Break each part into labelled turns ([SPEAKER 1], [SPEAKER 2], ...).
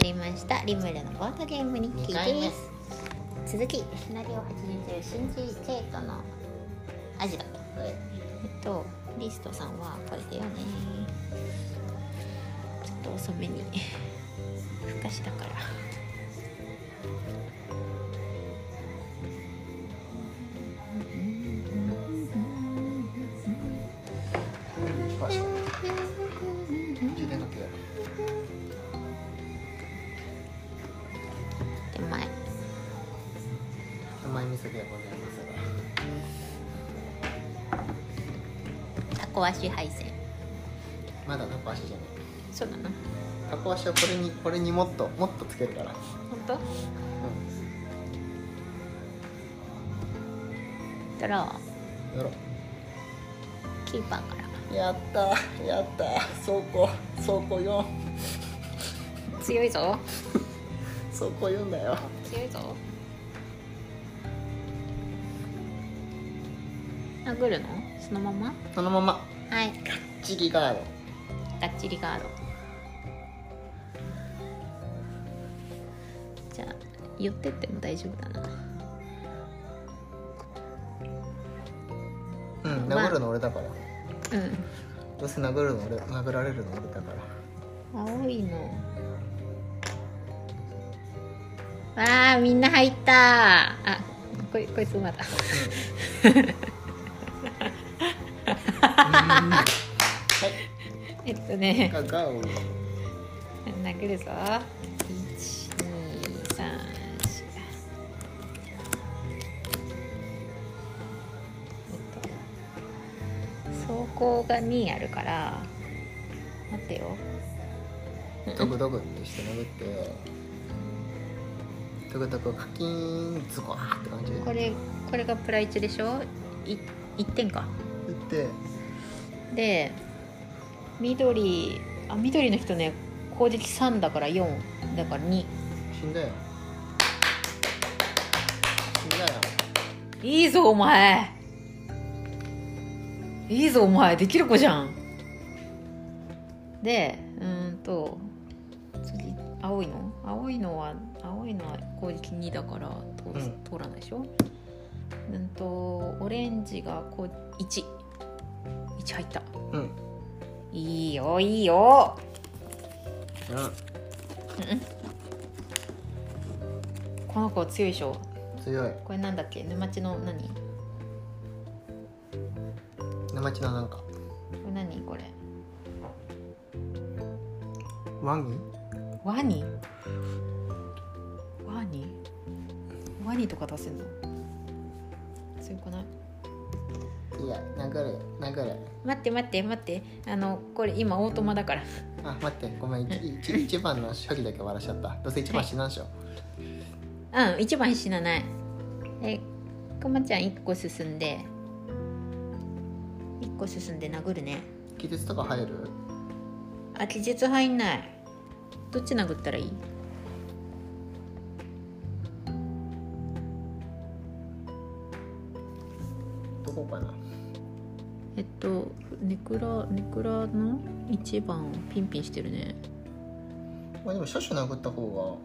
[SPEAKER 1] リムルのボードゲーム日記
[SPEAKER 2] 2回目
[SPEAKER 1] です続きシナリオを始めてる新人生徒のアジだったえっとリストさんはこれだよねちょっと遅めにふかしたから
[SPEAKER 2] はい充電かけよ
[SPEAKER 1] 手前
[SPEAKER 2] う甘い味噌でございますが
[SPEAKER 1] タコ足配線
[SPEAKER 2] まだタコ足じゃない
[SPEAKER 1] そうなの
[SPEAKER 2] タコ足をこれにこれにもっともっとつけるから
[SPEAKER 1] 本当ドロー
[SPEAKER 2] やろ
[SPEAKER 1] キーパーから
[SPEAKER 2] うやったーやったー走行走行4
[SPEAKER 1] 強いぞ
[SPEAKER 2] 走行4だよ
[SPEAKER 1] 強いぞ殴るのそのまま
[SPEAKER 2] そのまま
[SPEAKER 1] はい
[SPEAKER 2] チギガード
[SPEAKER 1] がっちりガードじゃあ寄ってっても大丈夫だな
[SPEAKER 2] うん
[SPEAKER 1] まあ
[SPEAKER 2] 殴るの俺だから
[SPEAKER 1] うん
[SPEAKER 2] どうせ殴るの俺殴られるの俺だから
[SPEAKER 1] 青いのわあみんな入ったあこいこいつ馬だ えっとね
[SPEAKER 2] ガガーを
[SPEAKER 1] 殴るぞ1234走行が2あるから待ってよ
[SPEAKER 2] ドグドグってして殴ってドグドグカキーンズコーって感じで
[SPEAKER 1] これこれがプライチでしょい1点か
[SPEAKER 2] 打って
[SPEAKER 1] で緑あ緑の人ね攻撃3だから4だから2
[SPEAKER 2] 死んだよ死んだよ
[SPEAKER 1] いいぞお前いいぞお前できる子じゃんでうーんと次青いの青いのは青いのは攻撃2だから通,、
[SPEAKER 2] うん
[SPEAKER 1] 通らないでしょうんとオレンジがこう11入った
[SPEAKER 2] うん
[SPEAKER 1] いいよいいよこの子強いでしょ
[SPEAKER 2] うん強い
[SPEAKER 1] これなんだっけ沼地の何こ
[SPEAKER 2] 生地のなんか
[SPEAKER 1] れ何これ
[SPEAKER 2] ワニ
[SPEAKER 1] ワニワニワニとか出せんの強くない
[SPEAKER 2] いや殴る殴る
[SPEAKER 1] 待って待って待ってあのこれ今オートマだから
[SPEAKER 2] あ待ってごめん一一一番の初期だけ終わらしちゃったどうせ一番死なんでしょ、
[SPEAKER 1] うん一番死なないえかまちゃん1個進んで1個進んで殴るね
[SPEAKER 2] 気絶とか入る
[SPEAKER 1] あ気絶入んないどっち殴ったらいい
[SPEAKER 2] どこかな
[SPEAKER 1] えっとネクラネクラの1番ピンピンしてるね
[SPEAKER 2] まあでも車種殴った方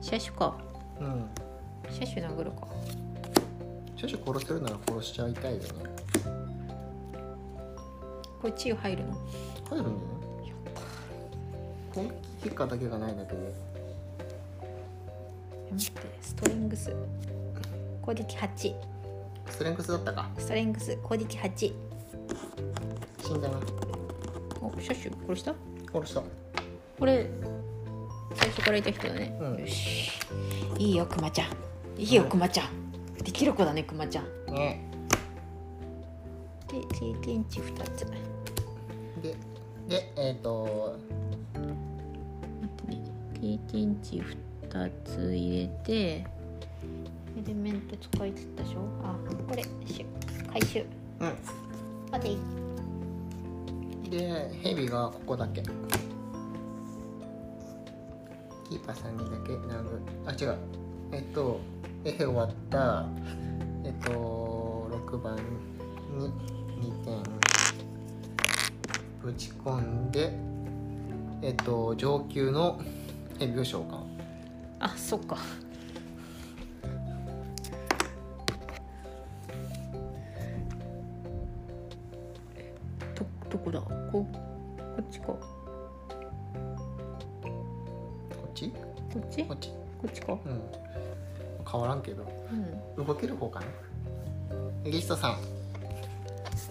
[SPEAKER 1] 車種か
[SPEAKER 2] がうん
[SPEAKER 1] 車種殴るか
[SPEAKER 2] 車種殺せるなら殺しちゃいたいよね
[SPEAKER 1] これチー入るの
[SPEAKER 2] 入るんだよね攻撃結果だけがないだけで
[SPEAKER 1] 待ってストレングス攻撃8
[SPEAKER 2] ストレングスだったか
[SPEAKER 1] ストレングス攻撃8
[SPEAKER 2] 死んだな
[SPEAKER 1] おシャッシュ殺した
[SPEAKER 2] 殺した
[SPEAKER 1] これ最初からいた人だね、
[SPEAKER 2] うん
[SPEAKER 1] よしいいよクマちゃんいいよ
[SPEAKER 2] うん
[SPEAKER 1] クマちゃんできる子だねクマちゃん
[SPEAKER 2] ね
[SPEAKER 1] で経験値2つ待
[SPEAKER 2] ででえっ、ー、と
[SPEAKER 1] ってね経験値2つ入れてエレメント使い切ったでしょあこれし回収
[SPEAKER 2] う
[SPEAKER 1] 待っていい
[SPEAKER 2] んでヘビがここだけキーパーさんにだけ殴あ違うえっとエヘ終わったえっと6番に2点ぶち込んでえっと上級のえ秒召喚
[SPEAKER 1] あそっかどどこだここっちかこ
[SPEAKER 2] こっち
[SPEAKER 1] っち
[SPEAKER 2] こ
[SPEAKER 1] こ
[SPEAKER 2] っち
[SPEAKER 1] っちか
[SPEAKER 2] うん変わらんけど
[SPEAKER 1] うん
[SPEAKER 2] 動ける方かなエリストさん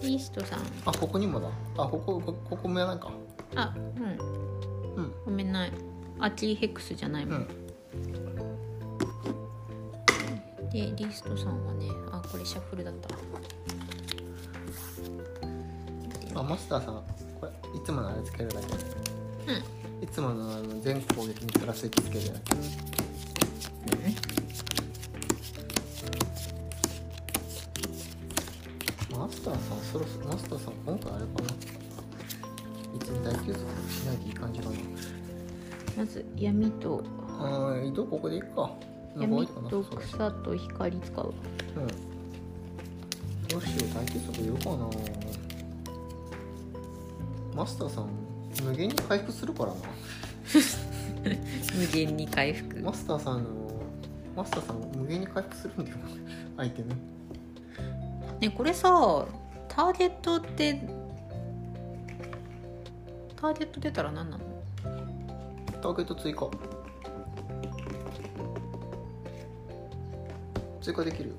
[SPEAKER 1] イーストさん
[SPEAKER 2] あここにもだあこここここもやらんか
[SPEAKER 1] あうん
[SPEAKER 2] うん
[SPEAKER 1] ごめんないアーチーヘックスじゃないも、
[SPEAKER 2] うんん
[SPEAKER 1] でリストさんはねあこれシャッフルだった
[SPEAKER 2] あマスターさんこれいつものあれつけるだけ
[SPEAKER 1] うん
[SPEAKER 2] いつものあの全攻撃にプラス1つけるだけマスターさんそろそろマスターさん今回あれかないつも大休息しないでいい感じか
[SPEAKER 1] まず闇と
[SPEAKER 2] なうん移動ここでいくかなんか多
[SPEAKER 1] 闇
[SPEAKER 2] いとかな
[SPEAKER 1] と
[SPEAKER 2] さそうだし
[SPEAKER 1] 草と光使う
[SPEAKER 2] うんどうしよう大休息言うかなマスターさん無限に回復するからな
[SPEAKER 1] 無限に回復
[SPEAKER 2] マスターさんのマスターさん無限に回復するんだよなアイテム
[SPEAKER 1] ねこれさターゲットってターゲット出たら何なの
[SPEAKER 2] ターゲット追加追加できるよ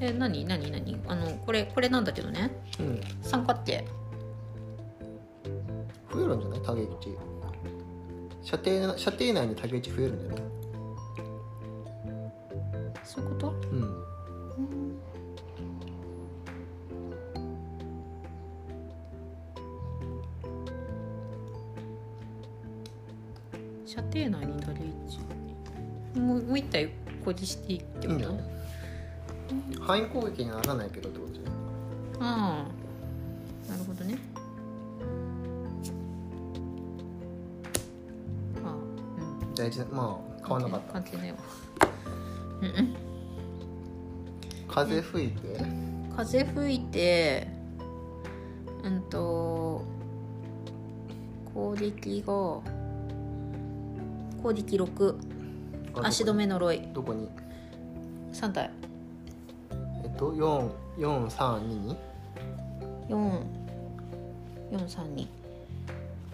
[SPEAKER 1] え何何何あのこれこれなんだけどね
[SPEAKER 2] うん
[SPEAKER 1] 参加って
[SPEAKER 2] 増えるんじゃないタゲ値射程な射程内にタゲ値増えるんじゃない
[SPEAKER 1] そういうこと
[SPEAKER 2] うん
[SPEAKER 1] 射程内に誰一もうもう一体誇示していいって
[SPEAKER 2] いい
[SPEAKER 1] こ
[SPEAKER 2] ん
[SPEAKER 1] と
[SPEAKER 2] じゃない範囲攻撃にならないけどってことじゃない
[SPEAKER 1] ああなるほどねああうん
[SPEAKER 2] 大事なまあ変わんなかった
[SPEAKER 1] 関係ないわうんうん
[SPEAKER 2] 風吹いて
[SPEAKER 1] 風吹いてうんと攻撃が攻撃6足止め呪い
[SPEAKER 2] どこに
[SPEAKER 1] 3体
[SPEAKER 2] えっと4 4 3 2
[SPEAKER 1] 432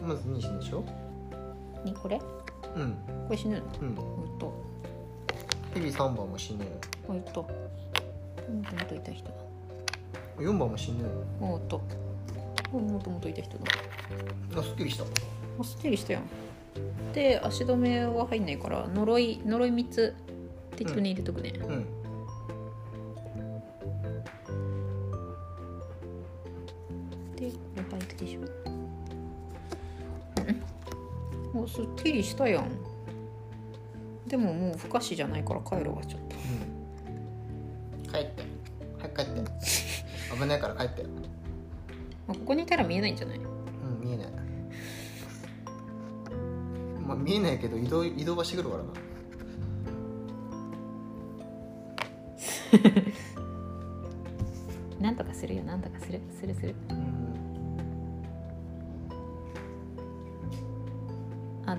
[SPEAKER 2] まず2死ぬでしょ
[SPEAKER 1] にこれこ
[SPEAKER 2] うん
[SPEAKER 1] れ死ぬ
[SPEAKER 2] うん
[SPEAKER 1] ほんと
[SPEAKER 2] ヘビ3番も死ぬ
[SPEAKER 1] ほんともともといた人だ
[SPEAKER 2] 4番も死ぬ
[SPEAKER 1] もっともともといた人だ
[SPEAKER 2] あすっきりした
[SPEAKER 1] あすっきりしたやんで足止めは入んないから呪い呪い3つ適当に入れとくね、
[SPEAKER 2] うん
[SPEAKER 1] でこれバイクでしょもうすっきりしたやんでももう不可視じゃないから帰るわちょっと
[SPEAKER 2] 帰って早く帰 って危ないから帰ってう
[SPEAKER 1] あここにいたら見えないんじゃない
[SPEAKER 2] ん見えないまあ見えないけど移動移動はしてくるからな
[SPEAKER 1] なんとかするよなんとかするするする
[SPEAKER 2] うん
[SPEAKER 1] あ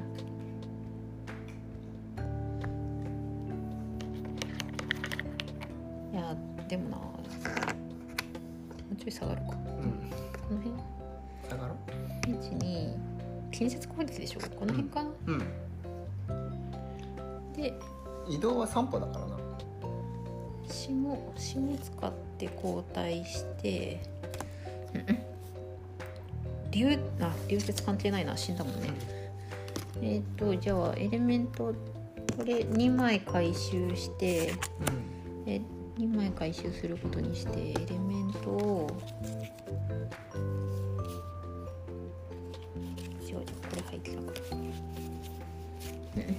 [SPEAKER 1] いやでもなもうちょい下がるかこ
[SPEAKER 2] うん
[SPEAKER 1] の辺
[SPEAKER 2] 下がろ
[SPEAKER 1] 12近接攻撃でしょこの辺かな、
[SPEAKER 2] ううん
[SPEAKER 1] で
[SPEAKER 2] 移動は3歩だからな
[SPEAKER 1] 霜霜使って交代してうんうん流あ流鉄関係ないな死んだもんねえっ、とじゃあエレメントこれ2枚回収して
[SPEAKER 2] うん
[SPEAKER 1] え2枚回収することにしてエレメントを違うこれ入ってたからうん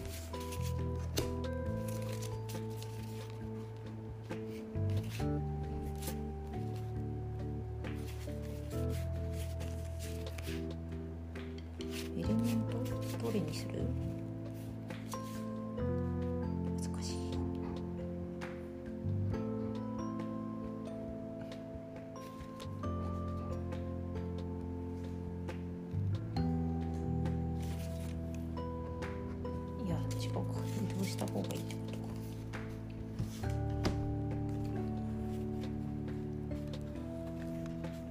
[SPEAKER 1] エレメントどれにする難しい
[SPEAKER 2] う
[SPEAKER 1] ブした方がいいってことか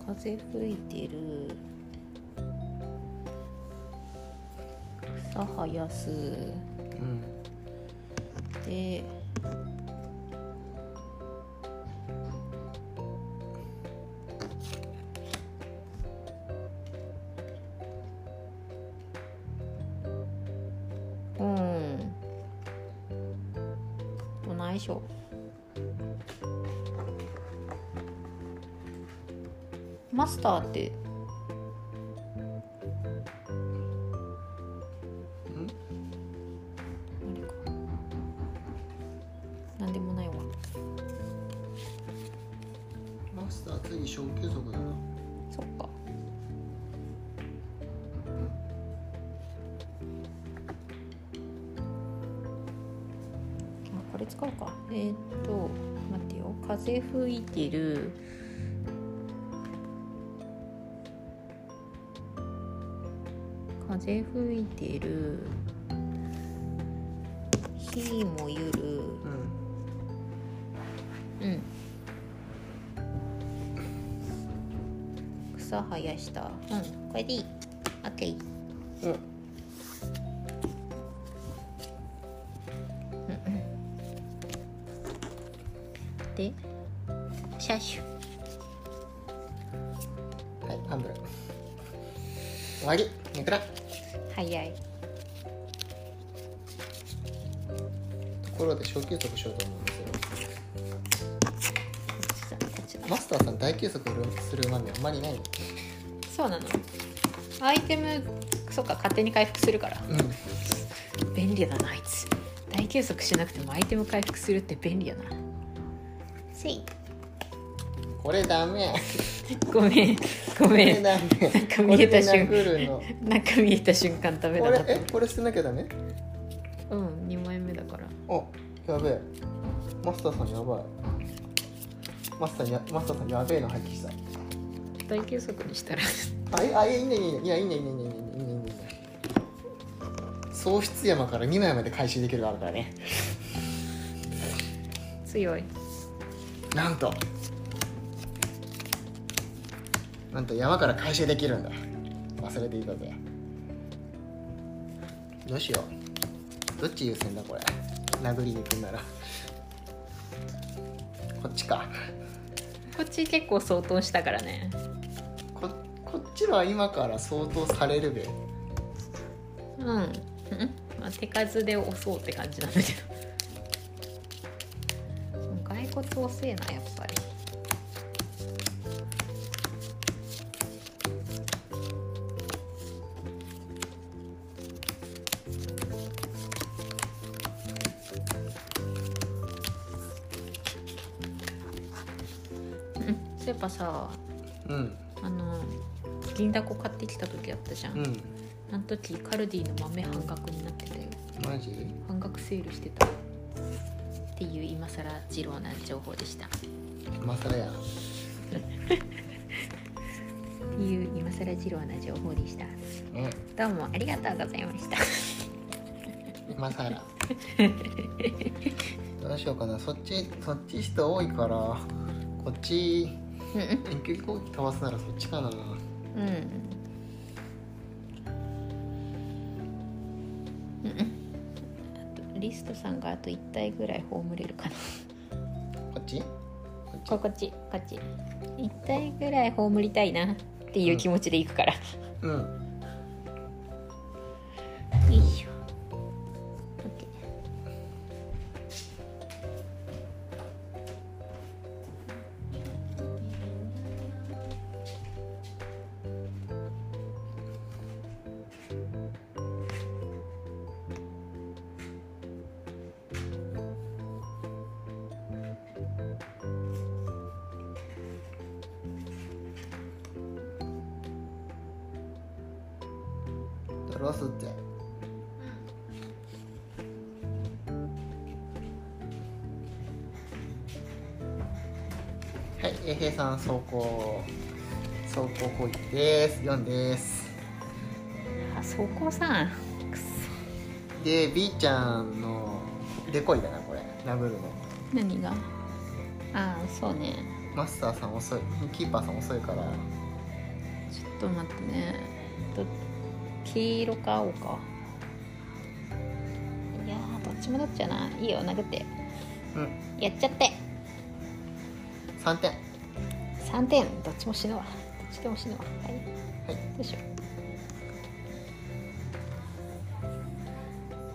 [SPEAKER 1] 風吹いてる草生やす
[SPEAKER 2] うん
[SPEAKER 1] でうんどないしょマスターってあれかなんでもないわ
[SPEAKER 2] マスター次小休息だな
[SPEAKER 1] そっかあこれ使うかえーっと待ってよ風吹いてる風吹いてる火もゆる
[SPEAKER 2] うん
[SPEAKER 1] うん草生やしたうんこれでいい OK
[SPEAKER 2] うん
[SPEAKER 1] でシャッシュ
[SPEAKER 2] はいアンブラ終わりネクラ
[SPEAKER 1] 早い
[SPEAKER 2] ところで小休息しようと思うんですよ
[SPEAKER 1] こっちだこっちだ
[SPEAKER 2] マスターさん大休息するうまみあんまりないの
[SPEAKER 1] そうなのアイテムそっか勝手に回復するから
[SPEAKER 2] うん
[SPEAKER 1] 便利だなあいつ大休息しなくてもアイテム回復するって便利やなせい
[SPEAKER 2] これダメ
[SPEAKER 1] ごめんご
[SPEAKER 2] こ
[SPEAKER 1] め
[SPEAKER 2] れ
[SPEAKER 1] ん
[SPEAKER 2] ダ メ
[SPEAKER 1] なんか見えた瞬
[SPEAKER 2] これで殴るの
[SPEAKER 1] なんか見えた瞬間ダメ
[SPEAKER 2] こ
[SPEAKER 1] だな
[SPEAKER 2] れ
[SPEAKER 1] と
[SPEAKER 2] えこれ捨てなきゃダメ
[SPEAKER 1] うん2枚目だから
[SPEAKER 2] おやべえマスターさんやばいマスターやマスターさんやべえの発揮した
[SPEAKER 1] 大休息にしたら
[SPEAKER 2] あいあいいねいいねいやいいねいいねいいねいいねいいねいいね喪失山から2枚まで回収できるのあるからね
[SPEAKER 1] 強い
[SPEAKER 2] なんとなんと山から回収できるんだ忘れていたぜどうしようどっち優先だこれ殴りに行くんならこっちか
[SPEAKER 1] こっち結構相当したからね
[SPEAKER 2] ここっちは今から相当されるべ
[SPEAKER 1] うん、うんまあ、手数で押そうって感じなんだけどうん骸骨遅えなやっぱりうんそういえばさ
[SPEAKER 2] うん
[SPEAKER 1] あの銀だこ買ってきた時あったじゃん
[SPEAKER 2] うん
[SPEAKER 1] あの時カルディの豆半額になってたよ
[SPEAKER 2] マジ
[SPEAKER 1] 半額セールしてたっていう今更二郎な情報でしたっ
[SPEAKER 2] 今更や
[SPEAKER 1] ていう今更二郎な情報でした
[SPEAKER 2] うん
[SPEAKER 1] どうもありがとうございました
[SPEAKER 2] 今更どうしようかなそっちそっち人多いからこっち
[SPEAKER 1] うん
[SPEAKER 2] 遠距離攻撃飛ばすならそっちかなう
[SPEAKER 1] うんうんあとリストさんがあと1体ぐらい葬れるかな
[SPEAKER 2] んこっちこっち
[SPEAKER 1] ここっちこっち1体ぐらい葬りたいなっていう気持ちでいくから、
[SPEAKER 2] うん
[SPEAKER 1] よいしょ。オッケ
[SPEAKER 2] ドロスってはい、え平さん走行走行攻撃です4です
[SPEAKER 1] ー。あ、そこさん。くそ
[SPEAKER 2] で B ちゃんのでこいだなこれ殴るの
[SPEAKER 1] 何がああそうね
[SPEAKER 2] マスターさん遅いキーパーさん遅いか
[SPEAKER 1] ち
[SPEAKER 2] ら
[SPEAKER 1] ょっと待ってねえっと黄色か青かいやーどっちもどっちやないいよ殴って
[SPEAKER 2] うん
[SPEAKER 1] やっちゃって
[SPEAKER 2] 3点
[SPEAKER 1] 3点どっちも死ぬわどっちでも死ぬわはい、
[SPEAKER 2] はい
[SPEAKER 1] どうしよう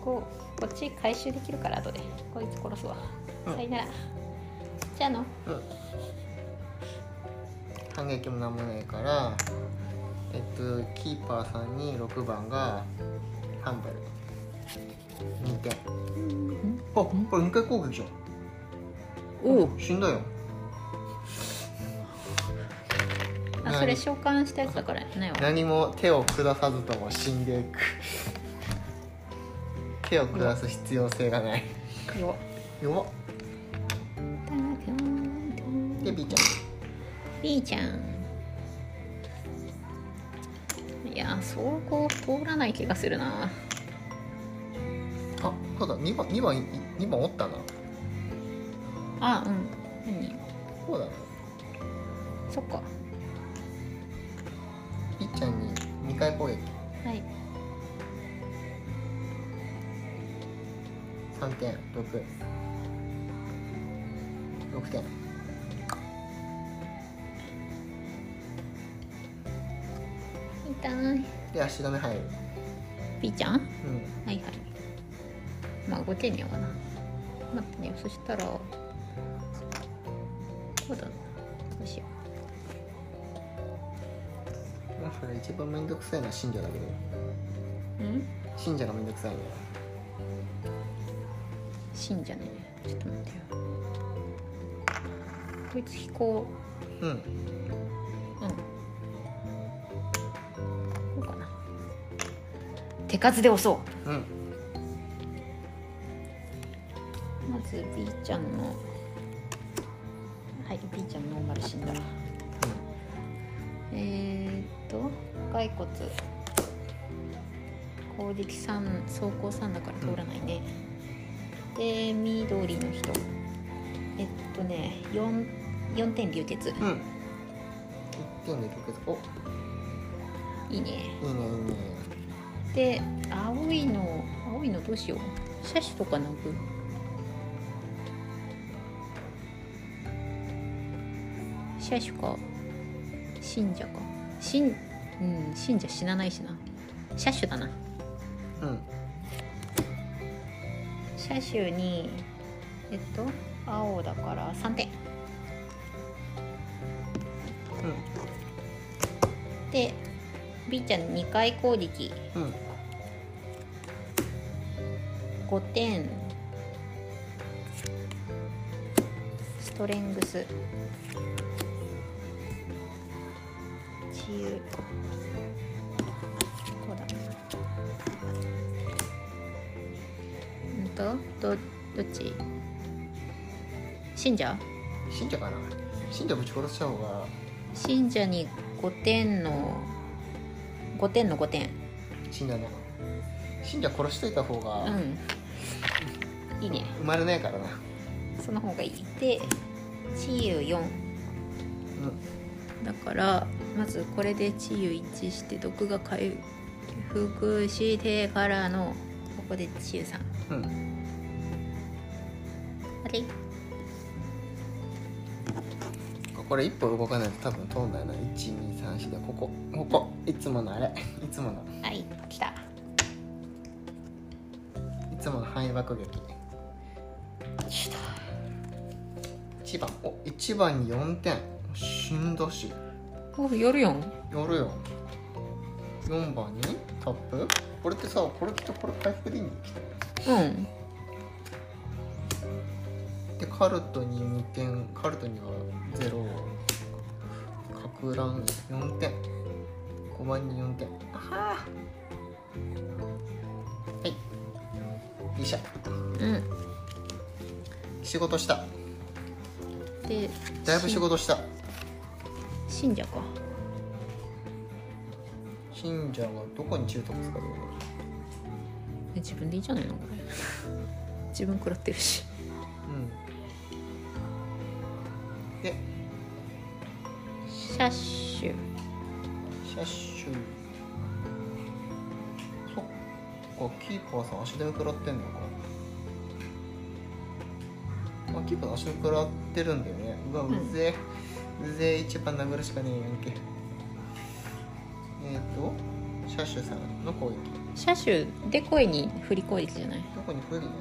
[SPEAKER 1] こうこっち回収できるから後でこいつ殺すわ、
[SPEAKER 2] うん
[SPEAKER 1] さよならじゃあの
[SPEAKER 2] うん反撃もなんもないからえっとキーパーさんに6番がハンバル2点あこれ2回攻撃じゃん
[SPEAKER 1] おお
[SPEAKER 2] 死んだよ
[SPEAKER 1] あそれ召喚したやつだからないわ
[SPEAKER 2] 何も手を下さずとも死んでいく手を下す必要性がない
[SPEAKER 1] よ
[SPEAKER 2] 弱っで B ちゃん
[SPEAKER 1] B ちゃんいやー走行通らない気がするな
[SPEAKER 2] あそうだ2番2番い二番おったな
[SPEAKER 1] あうん何
[SPEAKER 2] そうだな
[SPEAKER 1] そっか
[SPEAKER 2] B ちゃんに2回攻撃
[SPEAKER 1] はい
[SPEAKER 2] 3点66点
[SPEAKER 1] 痛い
[SPEAKER 2] で足止め入る
[SPEAKER 1] B ちゃんは
[SPEAKER 2] うん
[SPEAKER 1] いはいまあ動けんようかな待ってねそしたらこうだなどうしよ
[SPEAKER 2] まあそれ一番めんどくさいのは信者だけど
[SPEAKER 1] うん
[SPEAKER 2] 信者がめんどくさいんだよ
[SPEAKER 1] 信者ねちょっと待ってよこいつ飛行
[SPEAKER 2] うん
[SPEAKER 1] うんこうかな手数で押そ
[SPEAKER 2] うん
[SPEAKER 1] うまず B ちゃんのはい B ちゃんノーマル死んだらえー、っと骸骨攻撃3走行3だから通らないね、で緑の人えっとね 4, 4点流血
[SPEAKER 2] うんうん1点で結局
[SPEAKER 1] いいね
[SPEAKER 2] おいいねいいね
[SPEAKER 1] で青いの青いのどうしよう車種とかなく車種か信者か信うん信者死なないしな車種だな
[SPEAKER 2] うん
[SPEAKER 1] 車種にえっと青だから3点で B ちゃん2回攻撃
[SPEAKER 2] うんうん
[SPEAKER 1] 5点ストレングス自由こうだなうんとどどっち信者
[SPEAKER 2] 信者かな信者ぶち殺した方が
[SPEAKER 1] 信者に5点の5点の5点
[SPEAKER 2] 信者の信者殺しといた方
[SPEAKER 1] う
[SPEAKER 2] が
[SPEAKER 1] んいいね
[SPEAKER 2] 生まれないからな
[SPEAKER 1] その方がいいで治癒4だからまずこれで治癒1して毒が回復してからのここで治癒3
[SPEAKER 2] うんうん
[SPEAKER 1] あれ
[SPEAKER 2] これ一歩動かないと多分通んないな1234でここここいつものあれ いつもの
[SPEAKER 1] はい来た
[SPEAKER 2] いつもの範囲爆撃
[SPEAKER 1] 来た
[SPEAKER 2] 1番お一1番に4点死んだし
[SPEAKER 1] おやるやん
[SPEAKER 2] やるよ4番にタップこれってさこれってこれ回復でいいんだっ
[SPEAKER 1] うん
[SPEAKER 2] けでカルトに2点カルトには0かく乱4点5番に4点あはーはいよいしょ
[SPEAKER 1] うん
[SPEAKER 2] 仕事した
[SPEAKER 1] で
[SPEAKER 2] だいぶ仕事した
[SPEAKER 1] し信者か
[SPEAKER 2] 信者はどこに中毒使うの
[SPEAKER 1] え自分でいいじゃないのこれ自分食らってるし
[SPEAKER 2] うんで
[SPEAKER 1] シャッシュ
[SPEAKER 2] シャッシュそっかキーパーさん足で食らってんのかあキーパー足で食らってるんだよねうわうぜえ、うぜえ一番殴るしかねえやんけえっ、とシャッシュさんの攻撃
[SPEAKER 1] シャッシュで声に振り攻撃じゃない
[SPEAKER 2] どこに不利なの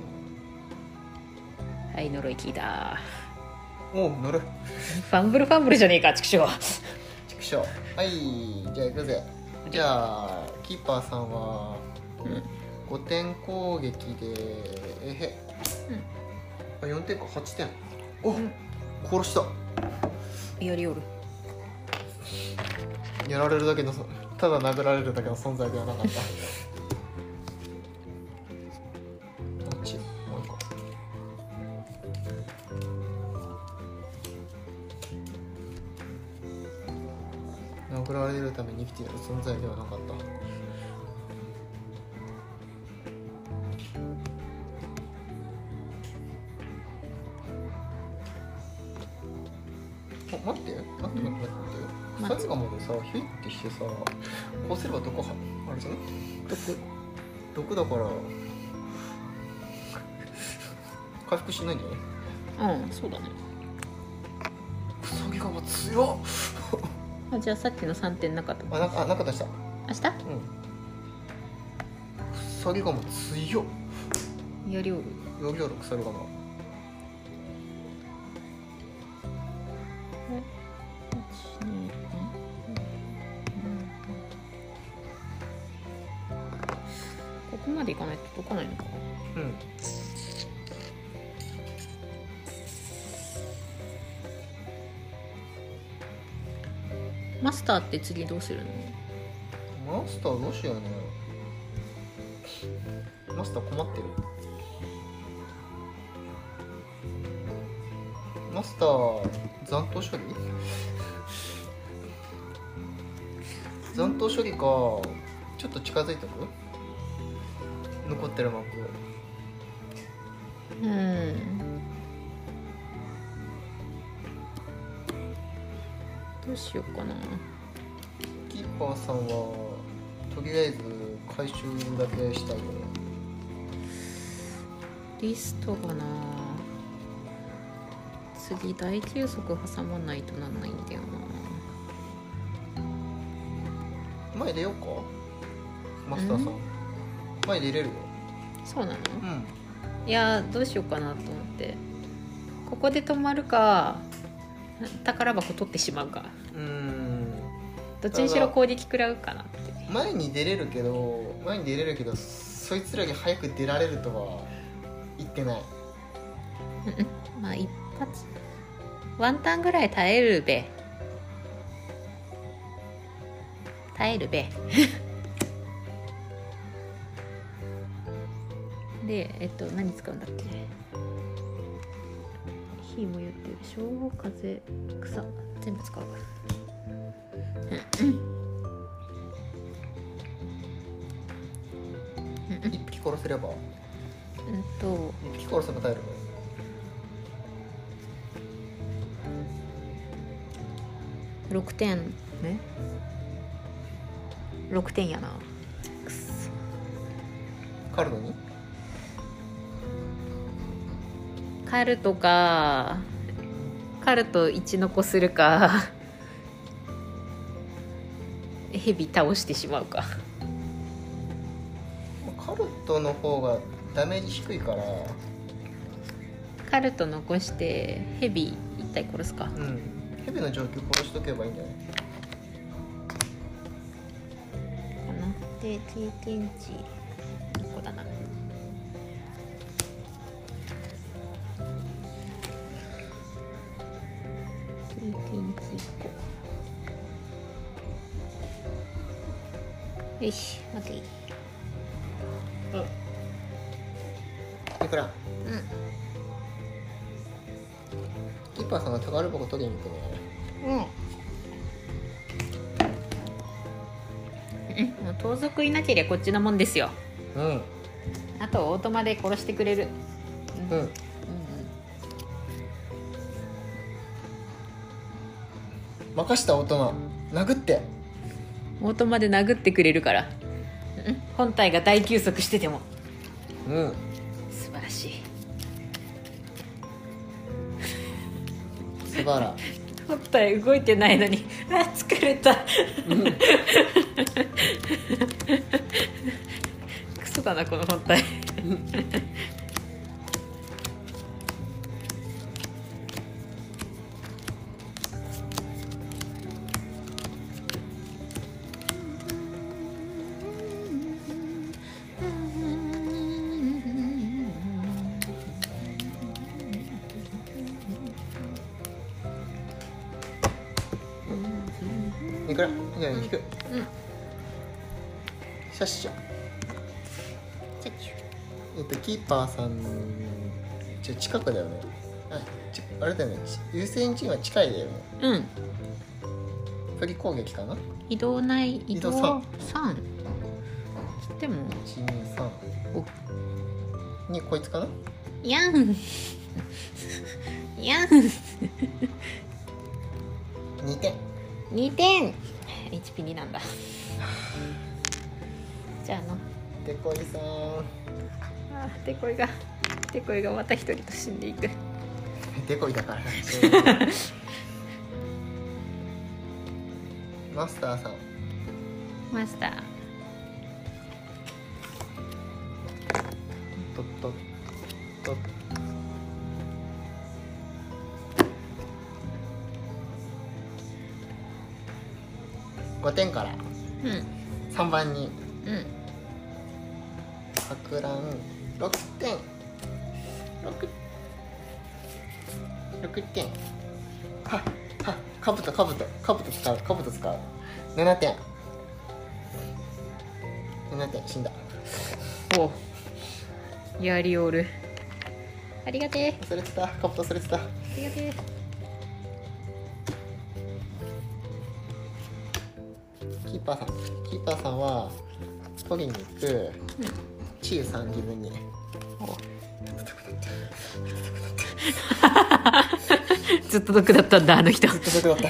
[SPEAKER 1] はい呪い聞いた
[SPEAKER 2] おう乗る
[SPEAKER 1] ファンブルファンブルじゃねえか畜生
[SPEAKER 2] 畜生はいじゃあ行くぜじゃあキーパーさんは
[SPEAKER 1] うん
[SPEAKER 2] 5点攻撃でえへ、あ4点か8点お、
[SPEAKER 1] ん
[SPEAKER 2] 殺した
[SPEAKER 1] やりおる
[SPEAKER 2] やられるだけのただ殴られるだけの存在ではなかったこっちもう一個殴られるために生きている存在ではなかったあ待って待って待って待って待って最後までさヒュイってしてさこうすればどこはあれじゃない
[SPEAKER 1] 毒
[SPEAKER 2] 毒だから回復しないんじゃない
[SPEAKER 1] うんそうだね
[SPEAKER 2] クソギガは強っ
[SPEAKER 1] あじゃあさっきの3点なかった
[SPEAKER 2] あなんかあなんか出した
[SPEAKER 1] 明
[SPEAKER 2] うんクソギガも強っ
[SPEAKER 1] 日やりおる
[SPEAKER 2] 容量6サルガマ
[SPEAKER 1] ここまでいかないと解かないのか
[SPEAKER 2] うん
[SPEAKER 1] マスターって次どうするの
[SPEAKER 2] マスターどうしようねマスター困ってるマスター残党処理残党処理かちょっと近づいてく残ってるマッ
[SPEAKER 1] う
[SPEAKER 2] プ
[SPEAKER 1] んどうしようかな
[SPEAKER 2] キーパーさんはとりあえず回収だけしたいよね
[SPEAKER 1] リストがな次大休息挟まないとなんないんだよな
[SPEAKER 2] 前出ようかマスターさん前出れるよ
[SPEAKER 1] そうなの
[SPEAKER 2] うん
[SPEAKER 1] いやーどうしようかなと思ってここで止まるか宝箱取ってしまうか
[SPEAKER 2] うーん
[SPEAKER 1] どっちにしろ攻撃食らうかなって
[SPEAKER 2] 前に出れるけど前に出れるけどそいつらに早く出られるとは言ってない
[SPEAKER 1] まあ一発ワンタンぐらい耐えるべ耐える べでえっと何使うんだっけ火も言ってるでしょ風草全部使うから
[SPEAKER 2] 一匹殺せれば
[SPEAKER 1] うんと
[SPEAKER 2] 一匹殺せば耐える
[SPEAKER 1] 6点ね6点やなくっそ
[SPEAKER 2] カルドに
[SPEAKER 1] カルトかカルト1残するか ヘビ倒してしまうか
[SPEAKER 2] カルトの方がダメージ低いから
[SPEAKER 1] カルト残してヘビ1体殺すか
[SPEAKER 2] うんヘビの上級殺しとけばいいんじゃない
[SPEAKER 1] かなで経験値1個だな経験値1個よし待て
[SPEAKER 2] いくら
[SPEAKER 1] うん
[SPEAKER 2] キーパーさんが宝箱取りに行くね
[SPEAKER 1] うん。もう盗賊いなけりゃこっちのもんですよ
[SPEAKER 2] うん
[SPEAKER 1] あとオートマで殺してくれる
[SPEAKER 2] うんうん任した大人殴って
[SPEAKER 1] オートマで殴ってくれるからうん本体が大休息してても
[SPEAKER 2] うん
[SPEAKER 1] 素晴らしい
[SPEAKER 2] 素晴ら
[SPEAKER 1] 本体動いてないのに あ疲れたクソだなこの本体
[SPEAKER 2] いくらじゃあ引くシャッシャえっとキーパーさんちょ近くだよねあちあれだよね優先順位は近いだよね
[SPEAKER 1] うん
[SPEAKER 2] 鳥攻撃かな
[SPEAKER 1] 移動ない移動
[SPEAKER 2] 移動
[SPEAKER 1] 3つっても
[SPEAKER 2] 123
[SPEAKER 1] お
[SPEAKER 2] にこいつかな
[SPEAKER 1] やんやん
[SPEAKER 2] 2点
[SPEAKER 1] 2点 HP2 なんだじゃあの
[SPEAKER 2] でこいさ
[SPEAKER 1] あーデコイがデコイがまた一人と死んでいく
[SPEAKER 2] ん でこいだ からマスターさん
[SPEAKER 1] マスター
[SPEAKER 2] とっとっとっ5点から
[SPEAKER 1] うん
[SPEAKER 2] 3番に
[SPEAKER 1] うん
[SPEAKER 2] 博覧6点6 6点ははかぶとかぶとかぶと使うかぶと使う7点7点死んだ
[SPEAKER 1] おやりおるありがてえ
[SPEAKER 2] 忘れてたかぶと忘れてた
[SPEAKER 1] ありがてえ
[SPEAKER 2] キーパーさんキーパーさんは取りに行くチーさん自分に
[SPEAKER 1] ずっと毒だったんだあの人
[SPEAKER 2] ずっと毒だった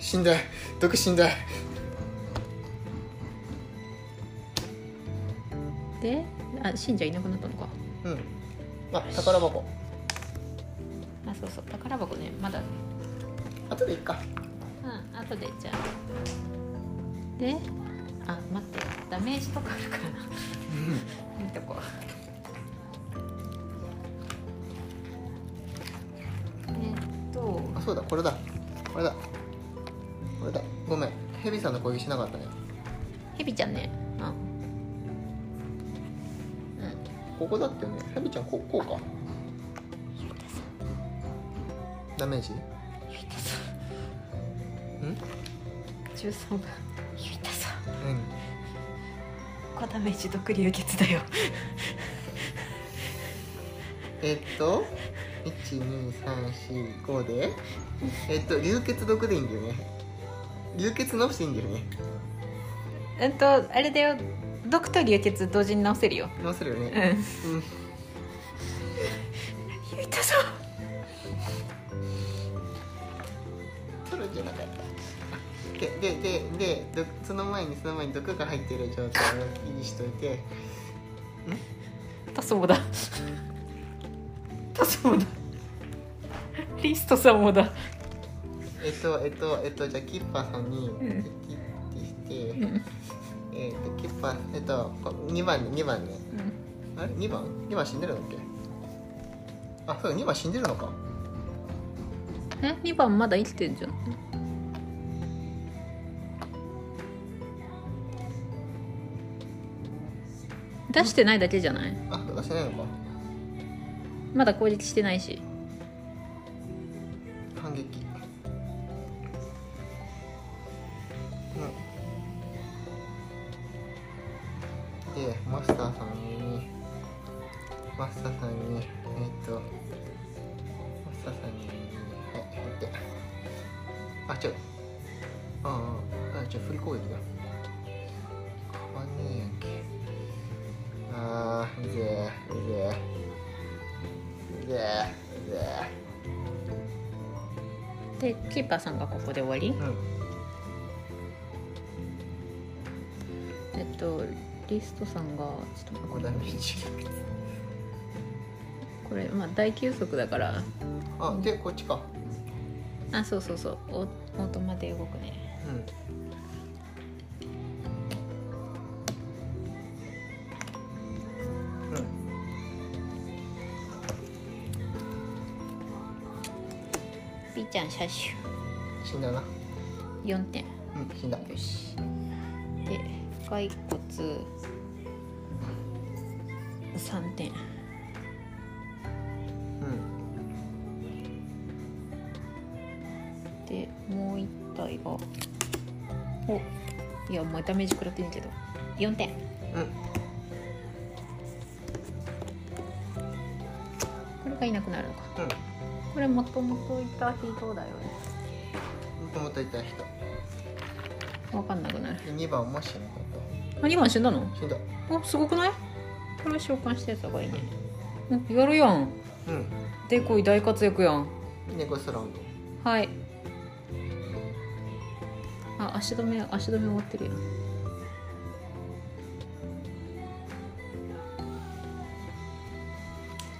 [SPEAKER 2] 死んだ毒死んだ
[SPEAKER 1] であ信者いなくなったのか
[SPEAKER 2] うんまあ宝箱
[SPEAKER 1] あそうそう宝箱ねまだ
[SPEAKER 2] 後でいっか
[SPEAKER 1] うん後でじゃあであ待ってダメージとかあるからな 見とこうえっと
[SPEAKER 2] あそうだこれだこれだこれだごめんヘビさんの攻撃しなかったね
[SPEAKER 1] ヘビちゃんねあ
[SPEAKER 2] ここだってねヘビちゃんここうか
[SPEAKER 1] ゆうたさん
[SPEAKER 2] ダメージ
[SPEAKER 1] ゆうたさ
[SPEAKER 2] ん
[SPEAKER 1] ん13番ゆうたさん
[SPEAKER 2] うん
[SPEAKER 1] ここダメージ毒流血だよ
[SPEAKER 2] えっと12345でえっと流血毒でいいんだよね流血のしでいいんだよね
[SPEAKER 1] うんとあれだよ毒と流血同時に治せるよ
[SPEAKER 2] 直せるよ
[SPEAKER 1] う
[SPEAKER 2] ね
[SPEAKER 1] ん
[SPEAKER 2] うん
[SPEAKER 1] ゆうたさん
[SPEAKER 2] ソロじゃなかったででででどその前にその前に毒が入っている状態を維持しといて
[SPEAKER 1] タソモだタソモだリストさんもだ
[SPEAKER 2] えっとえっとえっとじゃあキッパーさんに
[SPEAKER 1] ん
[SPEAKER 2] 切ってして、
[SPEAKER 1] うん
[SPEAKER 2] えっとキッパーえっとこ2番ね2番ね
[SPEAKER 1] うん
[SPEAKER 2] あれ2番2番死んでるのっけあそう2番死んでるのか
[SPEAKER 1] え2番まだ生きてんじゃん出してないだけじゃない
[SPEAKER 2] あ出してないのか
[SPEAKER 1] まだ攻撃してないし
[SPEAKER 2] 反撃うんでマスターさんにマスターさんにえっとマスターさんにはい入ってあちょあああちょ振り攻撃だ変わんねえやんけあーうぜえうぜえでで
[SPEAKER 1] でキーパーさんがここで終わり
[SPEAKER 2] うん
[SPEAKER 1] えっとリストさんがちょっと
[SPEAKER 2] ここダメージ
[SPEAKER 1] これまあ大休息だから
[SPEAKER 2] あでこっちか
[SPEAKER 1] あそうそうそうオオートマで動くね
[SPEAKER 2] うんうん
[SPEAKER 1] ピーちゃん車種
[SPEAKER 2] 死んだな
[SPEAKER 1] 4点
[SPEAKER 2] うん死んだ
[SPEAKER 1] よしで骸骨3点
[SPEAKER 2] うん
[SPEAKER 1] でもう一体がおいやもうダメージ食らってるけど4点
[SPEAKER 2] うん
[SPEAKER 1] これがいなくなるのか
[SPEAKER 2] うん
[SPEAKER 1] これもともといた人だよね
[SPEAKER 2] もともといた人
[SPEAKER 1] 分かんなくなる
[SPEAKER 2] で2番も死んだ
[SPEAKER 1] あ2番死んだの
[SPEAKER 2] と死んだ
[SPEAKER 1] あすごくないこれ召喚したやつがいいねおやるやん
[SPEAKER 2] うん
[SPEAKER 1] でこい大活躍やん
[SPEAKER 2] 猫スラウンド
[SPEAKER 1] はいあ足止め足止め終わってるやん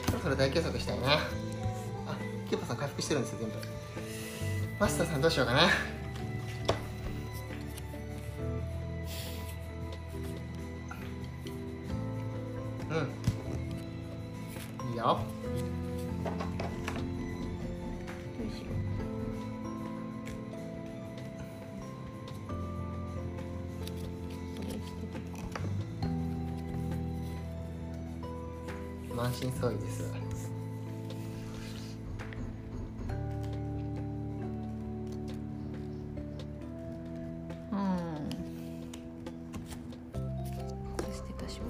[SPEAKER 2] そろそろ大計測したいなあキーパーさん回復してるんですよ全部マスターさんどうしようかなうんいいよ
[SPEAKER 1] どうしようこれ捨てとくか
[SPEAKER 2] 満身創痍です
[SPEAKER 1] うんこれ捨てたしょ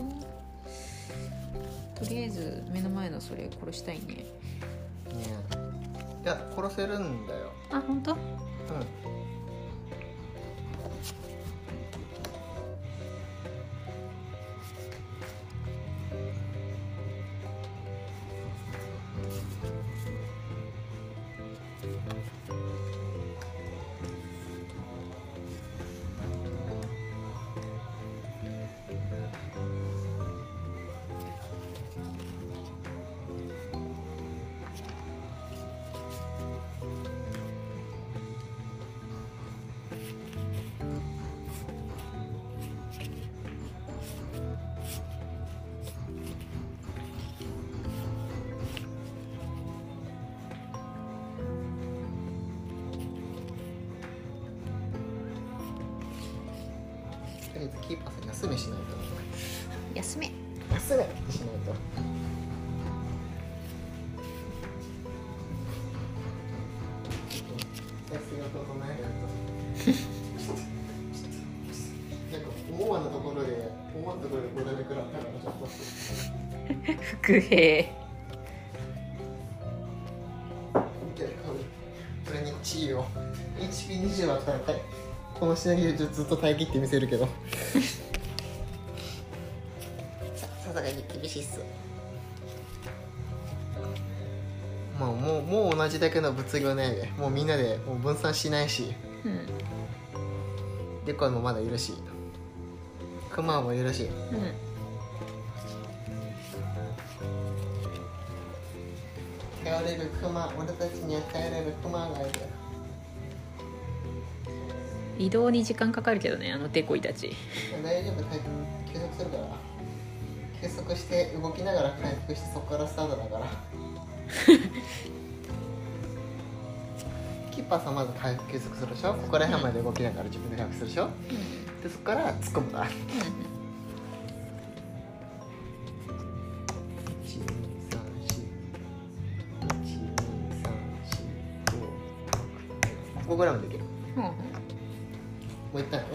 [SPEAKER 1] とりあえず目の前のそれ殺したいね
[SPEAKER 2] ねえいや殺せるんだよ
[SPEAKER 1] あ本当
[SPEAKER 2] うんとりあえずキーパーさん休めしないと
[SPEAKER 1] 休め
[SPEAKER 2] 休めってしないと休みを整えないと なんか思わぬところで思わぬところでごだめ食らったからちょっと
[SPEAKER 1] 伏兵
[SPEAKER 2] 見てるこれこれに地位を HP20 あったらはいこのシナリオずっと耐え切ってみせるけどささすがに厳しいっすまあもうもう同じだけの物量ないでもうみんなでもう分散しないし
[SPEAKER 1] うん
[SPEAKER 2] デコイもまだいるしクマもいるし
[SPEAKER 1] うん
[SPEAKER 2] 頼れるクマ俺たちには頼れるクマがいる
[SPEAKER 1] 移動に時間かかるけどねあのデコイたち
[SPEAKER 2] 大丈夫体休息するから休息して動きながら回復してそこからスタートだ からキーパーさんまず回復休息するでしょここら辺まで動きながら自分で回復するでしょでそこから突っ込むから5グラムできるも
[SPEAKER 1] うんうん
[SPEAKER 2] ういったらね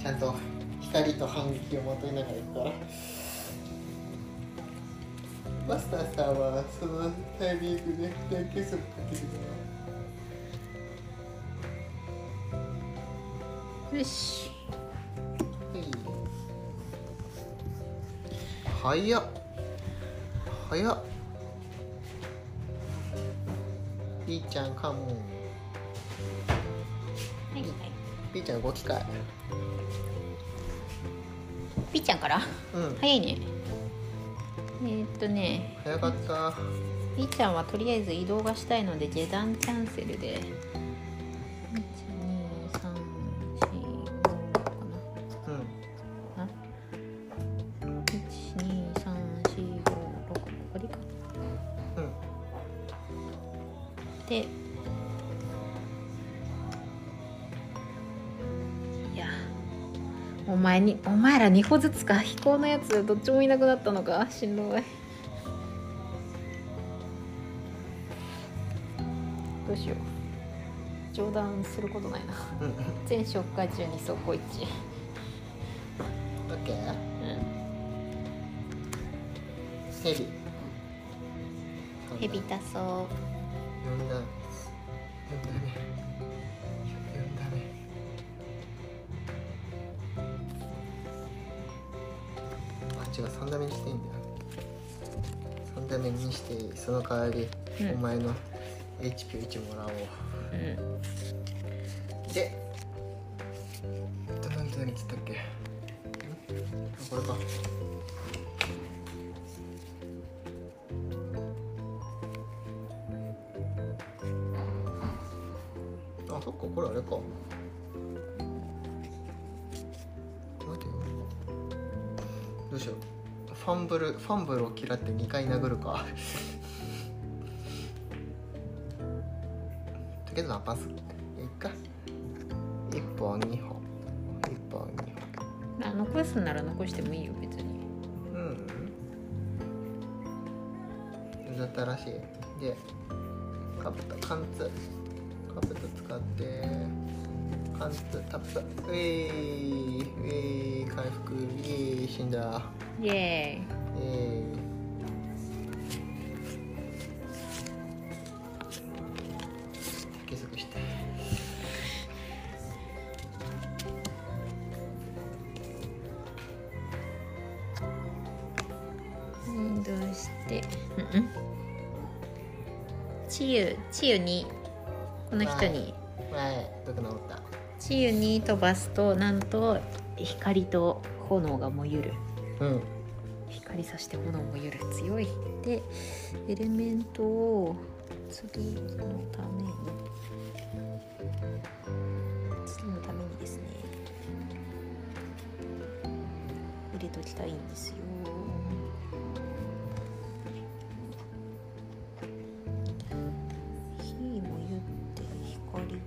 [SPEAKER 2] ちゃんと光と反撃をまといながらいくからマスターさんはそのタイミングで大休息かけてくれ
[SPEAKER 1] うんよし
[SPEAKER 2] はい。早っ。早っピーちゃんカモン
[SPEAKER 1] はいはい
[SPEAKER 2] ピーちゃん動きかい
[SPEAKER 1] ピーちゃんから
[SPEAKER 2] うん
[SPEAKER 1] 早いねえーっとね
[SPEAKER 2] 早かった
[SPEAKER 1] ピーちゃんはとりあえず移動がしたいので下段キャンセルで1234かな
[SPEAKER 2] う
[SPEAKER 1] 12345
[SPEAKER 2] ん
[SPEAKER 1] ここでいいか
[SPEAKER 2] うん
[SPEAKER 1] でいやお前にお前ら2個ずつか飛行のやつどっちもいなくなったのかしんどいどうしよう冗談することないな
[SPEAKER 2] うん
[SPEAKER 1] 全紹介中に走行一致
[SPEAKER 2] オッケー
[SPEAKER 1] うん
[SPEAKER 2] ヘビ
[SPEAKER 1] ヘビたそう
[SPEAKER 2] 呼んだ呼んだね呼んだねあ違う3打目にしていいんだよ3打目にしていいその代わり、
[SPEAKER 1] うん
[SPEAKER 2] お前の HP1 もらおう
[SPEAKER 1] うん
[SPEAKER 2] でどんな人につったっけんあこれかあそっかこれあれか待てよどうしようファンブルファンブルを嫌って2回殴るかとりあえずはパスいっか一本二本一本二本
[SPEAKER 1] あ残すなら残してもいいよ別に
[SPEAKER 2] うん。だったらしい。で、カブト、貫通。カブト使って、貫通、タップ、ウェイ、ウェイ、回復、イェイ、死んだ。
[SPEAKER 1] イエーイ
[SPEAKER 2] イェイ。竹づくして。
[SPEAKER 1] 運動して、うんうん、治癒治癒にこの人に
[SPEAKER 2] 前、毒治った。
[SPEAKER 1] 治癒に飛ばすとなんと光と炎がもゆる
[SPEAKER 2] うん。
[SPEAKER 1] 光さして炎もゆる強いでエレメントを次のために次のためにですね入れときたいんですよ火もゆって光